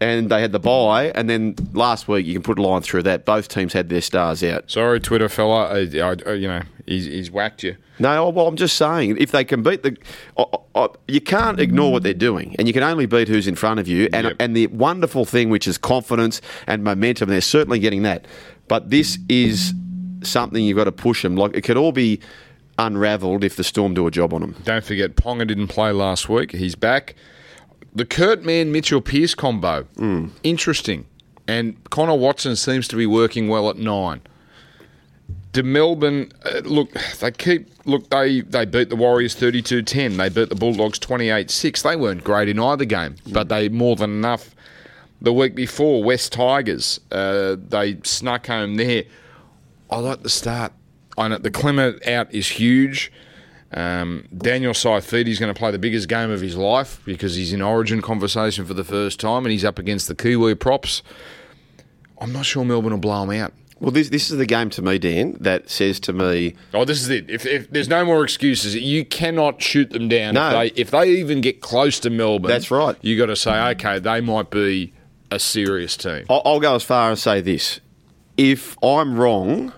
B: And they had the bye, and then last week, you can put a line through that. Both teams had their stars out.
A: Sorry, Twitter fella. I, I- I- you know, he's, he's whacked you.
B: No, oh, well, I'm just saying, if they can beat the, I, I, you can't ignore what they're doing, and you can only beat who's in front of you, and
A: Yep.
B: and the wonderful thing which is confidence and momentum, they're certainly getting that, but this is something you've got to push them. Like it could all be unravelled if the Storm do a job on them.
A: Don't forget, Ponga didn't play last week. He's back. The Kurt Man Mitchell Pearce combo, interesting. And Connor Watson seems to be working well at nine. To Melbourne, uh, look, they keep look they they beat the Warriors 32-10. They beat the Bulldogs 28-6. They weren't great in either game, but they more than enough. The week before, West Tigers, uh, they snuck home there. I like the start. I know the Clemmer out is huge. Um, Daniel Saifidi's going to play the biggest game of his life because he's in origin conversation for the first time and he's up against the Kiwi props. I'm not sure Melbourne will blow him out.
B: Well, this this is the game to me, Dan, that says to me,
A: Oh, this is it. If, if there's no more excuses, you cannot shoot them down.
B: No.
A: If, they, if they even get close to Melbourne,
B: That's right.
A: You got to say, okay, they might be a serious team.
B: I'll, I'll go as far as say this: if I'm wrong,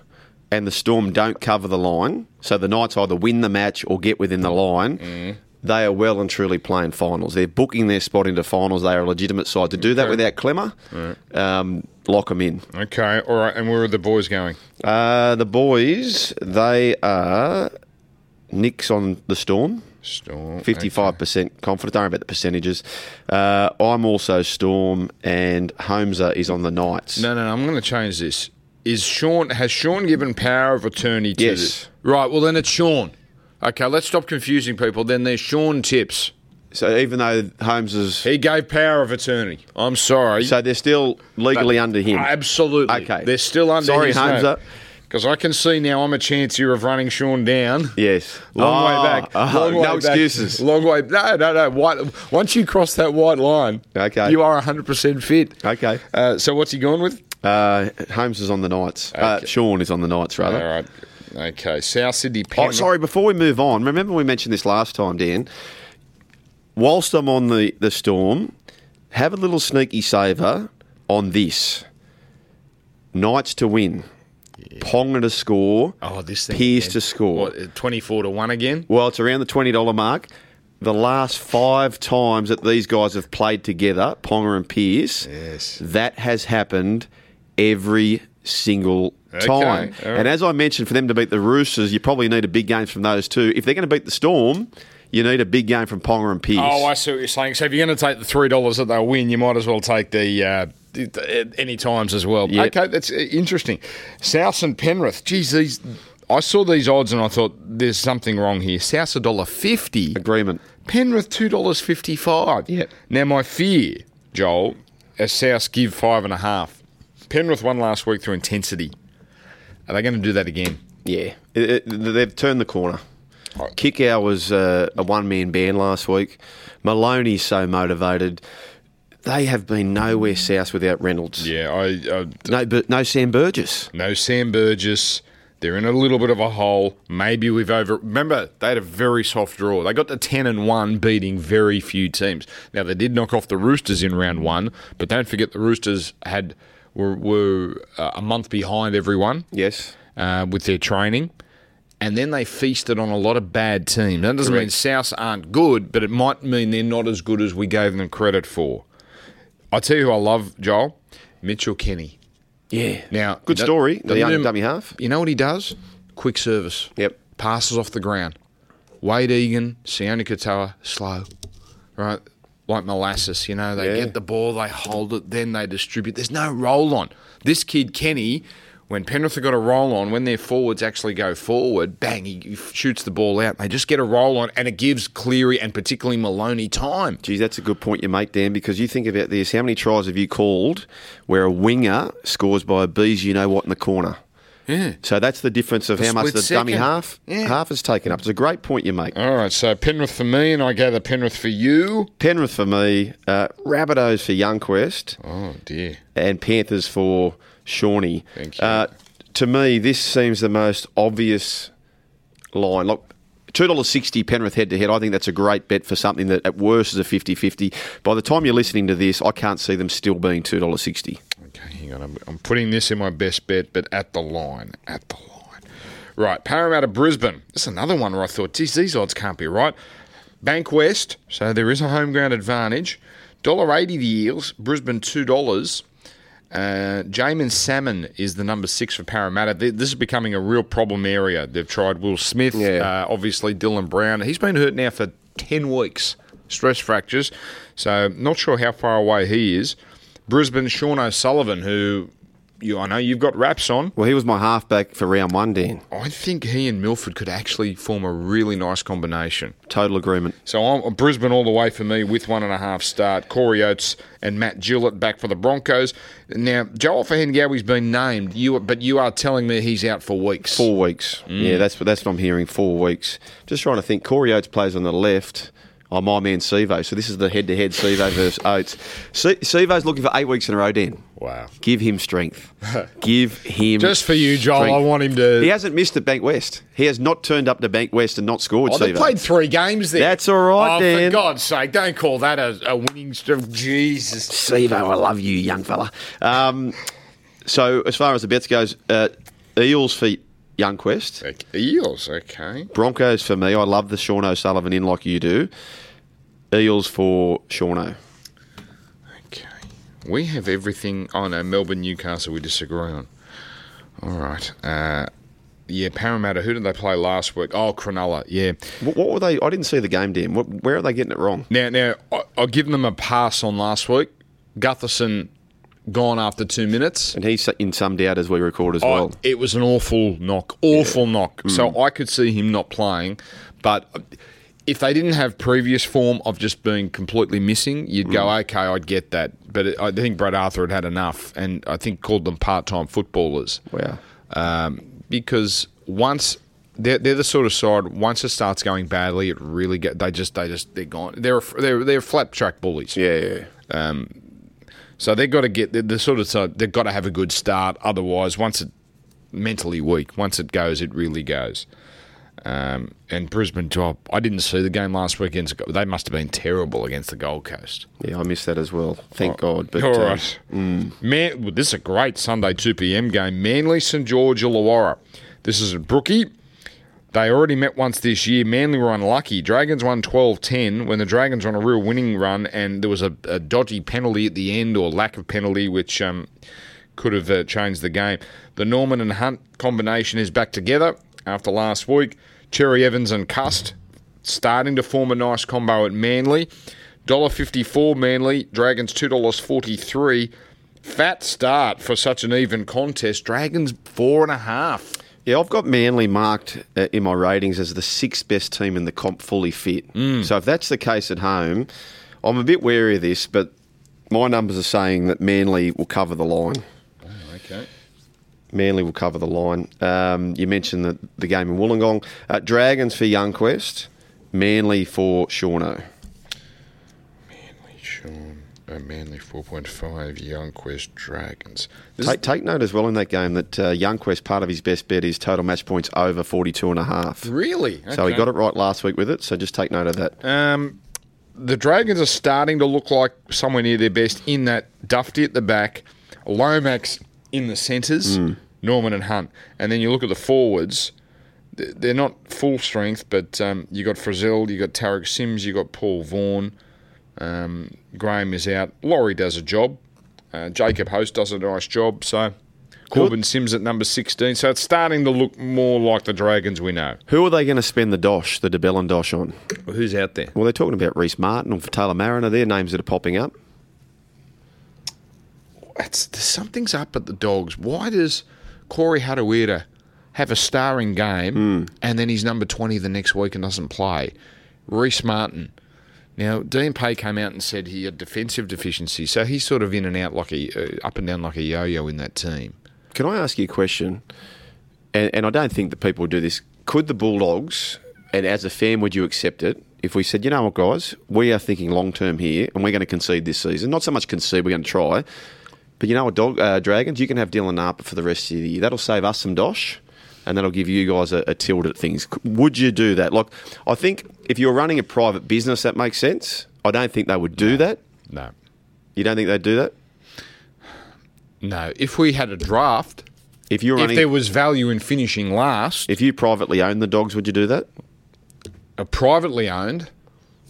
B: and the Storm don't cover the line, so the Knights either win the match or get within the line. They are well and truly playing finals. They're booking their spot into finals. They are a legitimate side. To do that without Clemmer, um, lock them in.
A: Okay, all right. And where are the boys going?
B: Uh, the boys, they are Nick's on the Storm.
A: Storm.
B: Fifty-five percent confidence. Don't worry about the percentages. Uh, I'm also Storm, and Holmeser is on the Knights.
A: No, no, no. I'm going to change this. Is Sean has Sean given power of attorney to
B: Yes.
A: this? Right. Well, then it's Sean. Okay, let's stop confusing people. Then there's Sean tips.
B: So even though Holmes is
A: He gave power of attorney. I'm sorry.
B: So they're still legally under him.
A: Absolutely.
B: Okay.
A: They're still under
B: Sorry,
A: his
B: Hamza.
A: Because I can see now I'm a chance here of running Sean down.
B: Yes.
A: Long
B: Oh,
A: way back.
B: oh,
A: Long way
B: no
A: back.
B: excuses.
A: Long way. No, no, no. White, once you cross that white line,
B: Okay. Ah.
A: you are 100% fit.
B: Okay.
A: Uh, so what's he going with?
B: Uh, Holmes is on the Knights. Uh, Sean is on the Knights, rather.
A: All right. Okay. South Sydney
B: Oh,
A: Penrith.
B: sorry, before we move on, remember we mentioned this last time, Dan. Whilst I'm on the, the storm, have a little sneaky saver on this. Knights to win. Ponga to score.
A: Oh, this thing.
B: Pearce
A: again.
B: to score.
A: What, 24 to 1 again?
B: Well, it's around the twenty dollar mark. The last five times that these guys have played together, Ponga and Pierce,
A: Yes.
B: that has happened every single
A: Okay,
B: time.
A: all right.
B: And as I mentioned, for them to beat the Roosters, you probably need a big game from those two. If they're going to beat the Storm, you need a big game from Ponga and Pierce.
A: Oh, I see what you're saying. So if you're going to take the three dollars that they'll win, you might as well take the uh, the- the- any times as well.
B: Yep.
A: Okay, that's uh, interesting. South and Penrith. Geez, these. I saw these odds and I thought there's something wrong here. South a dollar fifty.
B: Agreement.
A: Penrith two dollars fifty five.
B: Yep.
A: Now my fear, Joel, is South give five and a half. Penrith won last week through intensity. Are they going to do that again?
B: Yeah, It- it- they've turned the corner.
A: Right.
B: Kickout was uh, a one-man band last week. Maloney's so motivated. They have been nowhere south without Reynolds.
A: Yeah, I, I
B: No, but no Sam Burgess.
A: no Sam Burgess. They're in a little bit of a hole. Maybe we've over. Remember, they had a very soft draw. They got to 10 and 1, beating very few teams. Now, they did knock off the Roosters in round one, but don't forget the Roosters had were, were uh, a month behind everyone
B: Yes.
A: uh, with their training. And then they feasted on a lot of bad teams. That doesn't mean Souths aren't good, but it might mean they're not as good as we gave them credit for. I tell you who I love, Joel Mitchell Kenny.
B: Yeah.
A: Now,
B: Good
A: that-
B: story. The
A: doesn't
B: young
A: do-
B: dummy half.
A: You know what he does? Quick service.
B: Yep.
A: Passes off the ground. Wade Egan, Sione Katoa, slow. Right? Like molasses, you know, they
B: Yeah.
A: get the ball, they hold it, then they distribute. There's no roll on. This kid, Kenny, when Penrith have got a roll on, when their forwards actually go forward, bang, he, he shoots the ball out. They just get a roll on, and it gives Cleary and particularly Maloney time.
B: Geez, that's a good point you make, Dan, because you think about this. How many tries have you called where a winger scores by a bees, you know what, in the corner?
A: Yeah.
B: So that's the difference of how much
A: split
B: the dummy
A: second.
B: half
A: Yeah.
B: half is taken up. It's a great point you make.
A: All right, so Penrith for me, and I gather Penrith for you.
B: Penrith for me, uh, Rabbitohs for Youngquest,
A: Oh, dear.
B: and Panthers for Shawnee.
A: Thank you.
B: Uh, to me, this seems the most obvious line. Look, $2.60 Penrith head to head. I think that's a great bet for something that at worst is a 50 50. By the time you're listening to this, I can't see them still being $2.60.
A: Okay, hang on. I'm, I'm putting this in my best bet, but at the line, at the line. Right, Parramatta Brisbane. This is another one where I thought, geez, these odds can't be right. Bank West, so there is a home ground advantage. Dollar eighty the Eels, Brisbane two dollars. Uh, Jamin Salmon is the number six for Parramatta. Th- This is becoming a real problem area. They've tried Will Smith,
B: Yeah.
A: uh, obviously Dylan Brown. He's been hurt now for ten weeks, stress fractures. So not sure how far away he is. Brisbane Sean O'Sullivan, who you I know you've got raps on.
B: Well, he was my halfback for round one, Dan.
A: I think he and Milford could actually form a really nice combination.
B: Total agreement.
A: So I'm Brisbane all the way for me with one and a half start. Corey Oates and Matt Gillett back for the Broncos. Now Joel Fahengawi's been named, you but you are telling me he's out for weeks.
B: Four weeks.
A: Mm.
B: Yeah, that's what that's what I'm hearing. Four weeks. Just trying to think. Corey Oates plays on the left. Oh, my man Sevo. So this is the head-to-head Sevo versus Oates. Se- Sevo's looking for eight weeks in a row, Dan.
A: Wow.
B: Give him strength. Give him
A: Just for you, Joel. I
B: strength.
A: want him to.
B: He hasn't missed at Bank West. He has not turned up to Bank West and not scored.
A: Oh, they
B: Sevo.
A: played three games there.
B: That's all right,
A: oh,
B: Dan.
A: For God's sake, don't call that a, a winning. streak. Jesus.
B: Sevo, I love you, young fella. Um, so as far as the bets goes, uh, Eels for Youngquest.
A: Like Eels, okay.
B: Broncos for me. I love the Sean O'Sullivan in like you do. Eels for Shauno.
A: Okay. We have everything. Oh, no, Melbourne, Newcastle, we disagree on. All right. Uh, yeah, Parramatta, who did they play last week? Oh, Cronulla, yeah.
B: What, what were they? I didn't see the game, Dan. What, where are they getting it wrong?
A: Now, now I- I'll give them a pass on last week. Gutherson gone after two minutes.
B: And he's in some doubt as we record as well.
A: I- it was an awful knock, awful knock. So I could see him not playing, but if they didn't have previous form of just being completely missing, you'd go, okay, I'd get that. But it, I think Brad Arthur had had enough, and I think called them part-time footballers
B: Wow.
A: um, because once they're, they're the sort of side once it starts going badly, it really get they just they just they're gone. They're they're they're flapjack bullies. Um,
B: Yeah, yeah.
A: So they've got to get the, the sort of side, they've got to have a good start. Otherwise, once it mentally weak, once it goes, it really goes. Um, and Brisbane job. I didn't see the game last weekend. They must have been terrible against the Gold Coast.
B: Yeah, I missed that as well. Thank God. But
A: All
B: uh,
A: Oh, right. Man, well, this is a great Sunday 2 p.m. game. Manly St George Illawarra. This is at Brookie. They already met once this year. Manly were unlucky. Dragons won 12 10 when the Dragons were on a real winning run, and there was a, a dodgy penalty at the end or lack of penalty, which um, could have uh, changed the game. The Norman and Hunt combination is back together after last week. Cherry Evans and Cust starting to form a nice combo at Manly. $1.54 Manly, Dragons $2.43. Fat start for such an even contest. Dragons four and a half.
B: yeah, I've got Manly marked uh, in my ratings as the sixth best team in the comp, fully fit.
A: Hmm.
B: So if that's the case at home, I'm a bit wary of this, but my numbers are saying that Manly will cover the line.
A: Okay.
B: Manly will cover the line. Um, you mentioned the, the game in Wollongong. Uh, Dragons for Youngquest, Manly for Shauno.
A: Sean uh, Manly 4.5, Young Quest Dragons. This
B: Take, take note as well in that game that uh, Youngquest, part of his best bet is total match points over 42 and a half.
A: is, really?
B: So he
A: Okay.
B: got it right last week with it, so just take note of that.
A: Um, the Dragons are starting to look like somewhere near their best in that Dufty at the back, Lomax in the centres, Norman and Hunt. And then you look at the forwards, th- they're not full strength, but um, you got Frizzell, you got Tarek Sims, you got Paul Vaughan. Um, Graham is out. Laurie does a job. Uh, Jacob Host does a nice job. So Corbin Sims at number 16. So it's starting to look more like the Dragons we know.
B: Who are they going to spend the dosh, the DeBellin dosh on?
A: Who's out there?
B: Well, they're talking about Reese Martin or Taylor Mariner. They're names that are popping up.
A: it's, something's up at the dogs. Why does Corey Hadawira have a starring game and then he's number 20 the next week and doesn't play? Reese Martin. Now, Dean Pay came out and said he had defensive deficiencies, so he's sort of in and out like a, uh, up and down like a yo-yo in that team.
B: Can I ask you a question? And, and I don't think that people do this. Could the Bulldogs, and as a fan, would you accept it if we said, you know what, guys, we are thinking long term here and we're going to concede this season? Not so much concede, we're going to try. But you know what, dog, uh, Dragons, you can have Dylan Harper for the rest of the year. That'll save us some dosh and that'll give you guys a, a tilt at things. C- Would you do that? Like, I think if you're running a private business, that makes sense. I don't think they would do that.
A: No.
B: You don't think they'd do that?
A: No. If we had a draft,
B: If you're
A: if
B: running,
A: there was value in finishing last,
B: if you privately own the dogs, would you do that?
A: uh, privately owned,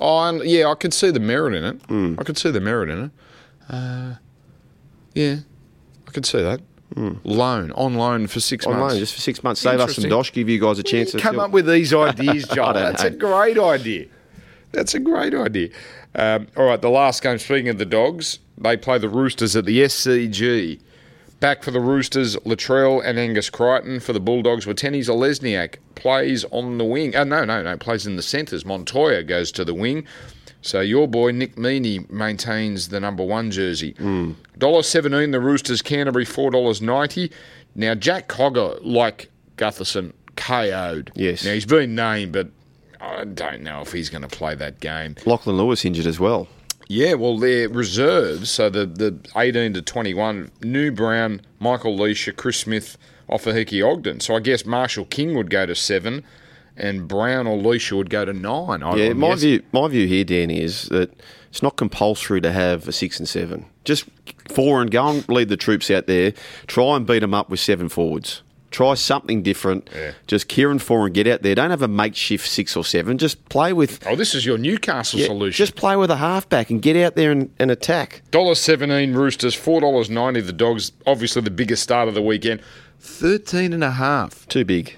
A: oh, and- yeah, I could see the merit in it.
B: Hmm.
A: I could see the merit in it. Uh, yeah, I could see that. Loan, on loan for six
B: Hmm. on
A: months.
B: loan just for six months. Save us some
A: Interesting.
B: dosh, give you guys a chance.
A: You
B: to
A: come
B: still-
A: up with these ideas, John.
B: don't
A: That's
B: know.
A: a great idea. That's a great idea. Um, all right, the last game, speaking of the Dogs, they play the Roosters at the SCG. Back for the Roosters, Latrell and Angus Crichton. For the Bulldogs, Watenis Lesniak plays on the wing. Oh, no, no, no, plays in the centres. Montoya goes to the wing. So your boy Nick Meaney maintains the number one jersey. Dollar seventeen the Roosters, Canterbury four dollars ninety. Now Jack Cogger, like Gutherson, KO'd.
B: Yes.
A: Now he's been named, but I don't know if he's going to play that game.
B: Lachlan Lewis injured as well.
A: Yeah, well, they're reserves. So the, the 18 to 21, New Brown, Michael Leisha, Chris Smith, Ofahiki Ogden. So I guess Marshall King would go to seven and Brown or Leisha would go to nine. I,
B: Yeah,
A: I'm
B: my
A: guessing.
B: view, my view here, Dan, is that it's not compulsory to have a six and seven. Just four and go and lead the troops out there. Try and beat them up with seven forwards. Try something different.
A: Yeah.
B: Just Kieran four and get out there. Don't have a makeshift six or seven. Just play with.
A: Oh, this is your Newcastle solution.
B: Just play with a halfback and get out there and, and attack.
A: Dollar seventeen Roosters, four dollars ninety the Dogs. Obviously, the biggest start of the weekend. Thirteen and a half.
B: Too big.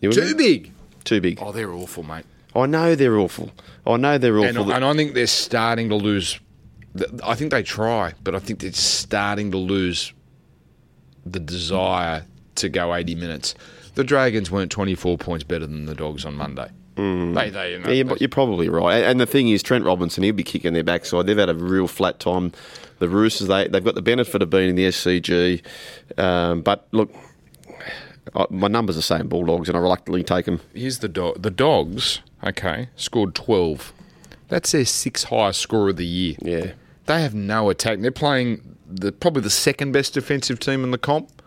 B: You with
A: Too
B: me?
A: big.
B: Too big.
A: Oh, they're awful, mate.
B: I know they're awful. I know they're
A: And,
B: awful.
A: and I think they're starting to lose. th- I think they try, but I think they're starting to lose the desire to go eighty minutes. The Dragons weren't twenty four points better than the Dogs on Monday. They, they, you know,
B: Mm. Yeah, you're, you're probably right. And- And the thing is, Trent Robinson, he'll be kicking their backside. They've had a real flat time. The Roosters, they, they've got the benefit of being in the SCG. Um, but look, I, my numbers are saying Bulldogs, and I reluctantly take them.
A: Here's the dog. The dogs, okay, scored twelve. That's their sixth highest score of the year.
B: Yeah.
A: they have no attack. They're playing the probably the second best defensive team in the comp.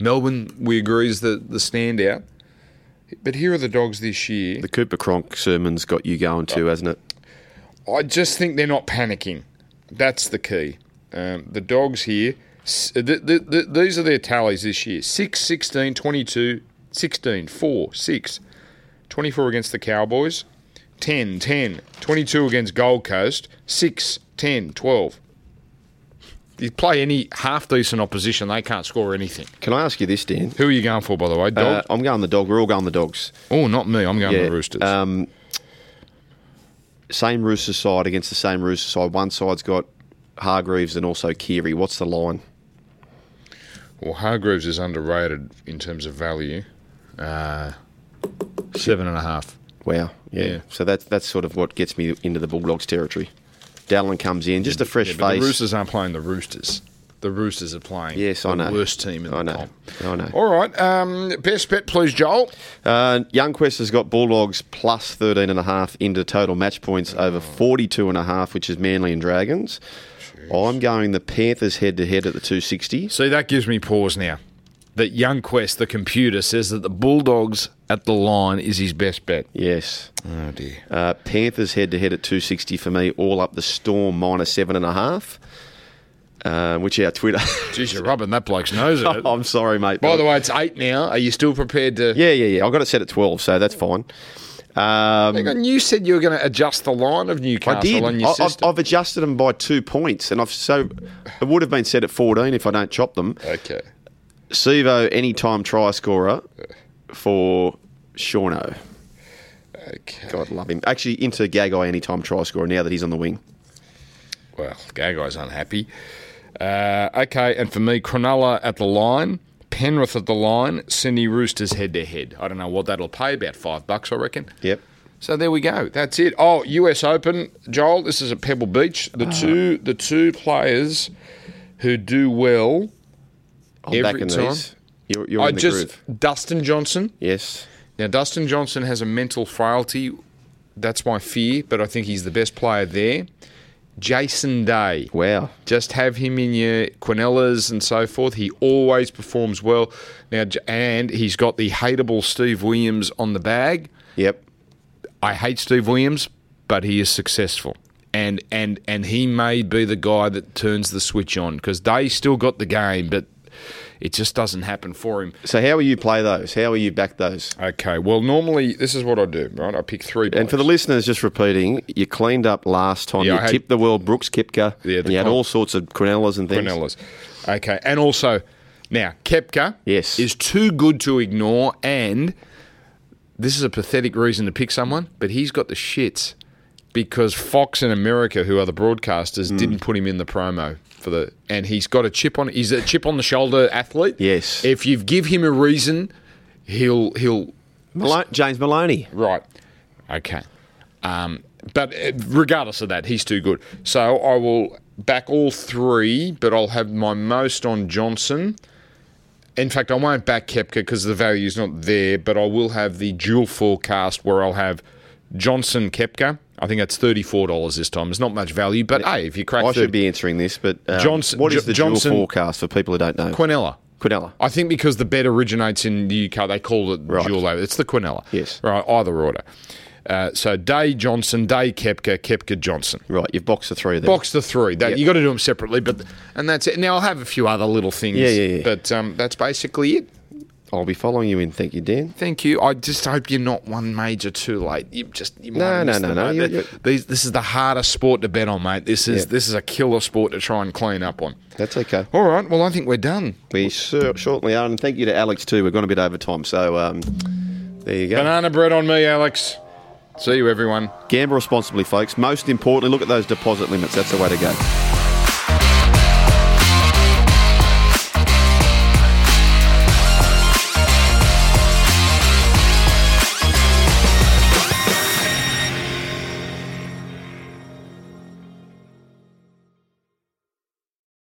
A: Melbourne, we agree, is the the standout. But here are the dogs this year.
B: The Cooper Cronk sermon's got you going too, hasn't it?
A: I just think they're not panicking. That's the key. Um, the dogs here, s- th th th these are their tallies this year 6, 16, 22, 16, 4, 6, 24 against the Cowboys, 10, 10, 22 against Gold Coast, 6, 10, 12. You play any half decent opposition, they can't score anything.
B: Can I ask you this, Dan?
A: Who are you going for, by the way?
B: Uh,
A: Dogs?
B: I'm going the dog. We're all going the dogs.
A: oh, not me. I'm going to
B: Yeah.
A: the Roosters.
B: Um, same Rooster side against the same Rooster side. One side's got Hargreaves and also Keary. What's the line?
A: Well, Hargreaves is underrated in terms of value. Uh, seven and a half.
B: Wow. Yeah.
A: Yeah.
B: So that's that's sort of what gets me into the Bulldogs territory. Dallin comes in, just a fresh
A: But the
B: face.
A: Roosters aren't playing the Roosters. the Roosters are playing.
B: Yes, I
A: The
B: know.
A: Worst team in
B: I
A: the
B: know.
A: comp.
B: I know.
A: All right. Um, best bet, please, Joel.
B: Uh, Young Quest has got Bulldogs plus 13.5 into total match points
A: Oh.
B: over 42.5, which is Manly and Dragons. I'm going the Panthers head to head at the 260.
A: See, that gives me pause now. That Young Quest, the computer, says that the Bulldogs at the line is his best bet.
B: Yes.
A: Oh dear.
B: Uh, Panthers head to head at 260 for me, all up the storm minus 7.5, uh, which our Twitter.
A: Jeez, you're rubbing that bloke's nose at it.
B: I'm sorry, mate.
A: By the way, it's eight now. Are you still prepared to?
B: Yeah, yeah, yeah. I got it set at 12, so that's fine. Um,
A: Hang on, you said you were going to adjust the line of Newcastle
B: I did.
A: on your
B: I, I've,
A: system.
B: I've adjusted them by two points, and I've so it would have been set at fourteen if I don't chop them.
A: okay.
B: Sevo anytime try scorer for Shauno.
A: Okay.
B: God love him. Actually, into Gagai anytime try scorer now that he's on the wing.
A: Well, Gagai's unhappy. Uh, okay, and for me, Cronulla at the line, Penrith at the line, Sydney Roosters head to head. I don't know what that'll pay, about five bucks, I reckon.
B: Yep.
A: So there we go. That's it. Oh, US Open, Joel. This is at Pebble Beach.
B: Ah.
A: The two the two players who do well
B: I'm
A: every
B: backing
A: time.
B: these. You're, you're
A: I
B: in the
A: just
B: groove.
A: Dustin Johnson.
B: Yes.
A: Now Dustin Johnson has a mental frailty. That's my fear, but I think he's the best player there. Jason Day.
B: Wow.
A: Just have him in your Quinellas and so forth. He always performs well. Now, J- and he's got the hateable Steve Williams on the bag.
B: Yep.
A: I hate Steve Williams, but he is successful. And and and he may be the guy that turns the switch on because they still got the game, but it just doesn't happen for him.
B: So how will you play those? How will you back those?
A: Okay. Well, normally this is what I do, right? I pick three.
B: And for the listeners, just repeating, you cleaned up last time.
A: Yeah,
B: you
A: I had-
B: tipped the world Brooks Kepka.
A: Yeah, the
B: and you had
A: con-
B: all sorts of Quinellas and things.
A: Quinellas. Okay, and also now Kepka
B: Yes.
A: is too good to ignore, and this is a pathetic reason to pick someone, but he's got the shits because Fox in America, who are the broadcasters,
B: Hmm.
A: didn't put him in the promo for the, and he's got a chip on. He's a chip on the shoulder athlete.
B: Yes.
A: If you give him a reason, he'll he'll
B: Malo- James Maloney.
A: Right. Okay. Um, but uh, regardless of that, he's too good. So I will back all three, but I'll have my most on Johnson. In fact, I won't back Kepka because the value's not there, but I will have the dual forecast where I'll have Johnson Kepka. I think that's $34 this time. It's not much value, but hey, if you crack
B: I
A: thirty-
B: should be answering this, but um,
A: Johnson-
B: what is
A: Jo-
B: the dual
A: Johnson-
B: forecast for people who don't know?
A: Quinella.
B: Quinella.
A: I think because the bet originates in the UK, they call it
B: Right.
A: dual over. It's the Quinella.
B: Yes.
A: Right, either order. Uh, so Day Johnson, Day Kepka, Kepka Johnson.
B: Right, you've boxed the three there.
A: Box the three. That
B: Yep.
A: you got to do them separately, but and that's it. Now I'll have a few other little things.
B: Yeah, yeah, yeah.
A: But um, that's basically it.
B: I'll be following you in. Thank you, Dan.
A: Thank you. I just hope you're not one major too late. You just you
B: No,
A: might
B: no,
A: miss
B: no,
A: them,
B: no,
A: mate.
B: you're- you're-
A: These, this is the hardest sport to bet on, mate. This is
B: Yeah.
A: this is a killer sport to try and clean up on.
B: That's okay.
A: All right. Well, I think we're done.
B: We sur- shortly are, and thank you to Alex too. We've gone a bit over time, so um, there you go.
A: Banana bread on me, Alex. See you, everyone.
B: Gamble responsibly, folks. Most importantly, look at those deposit limits. That's the way to go.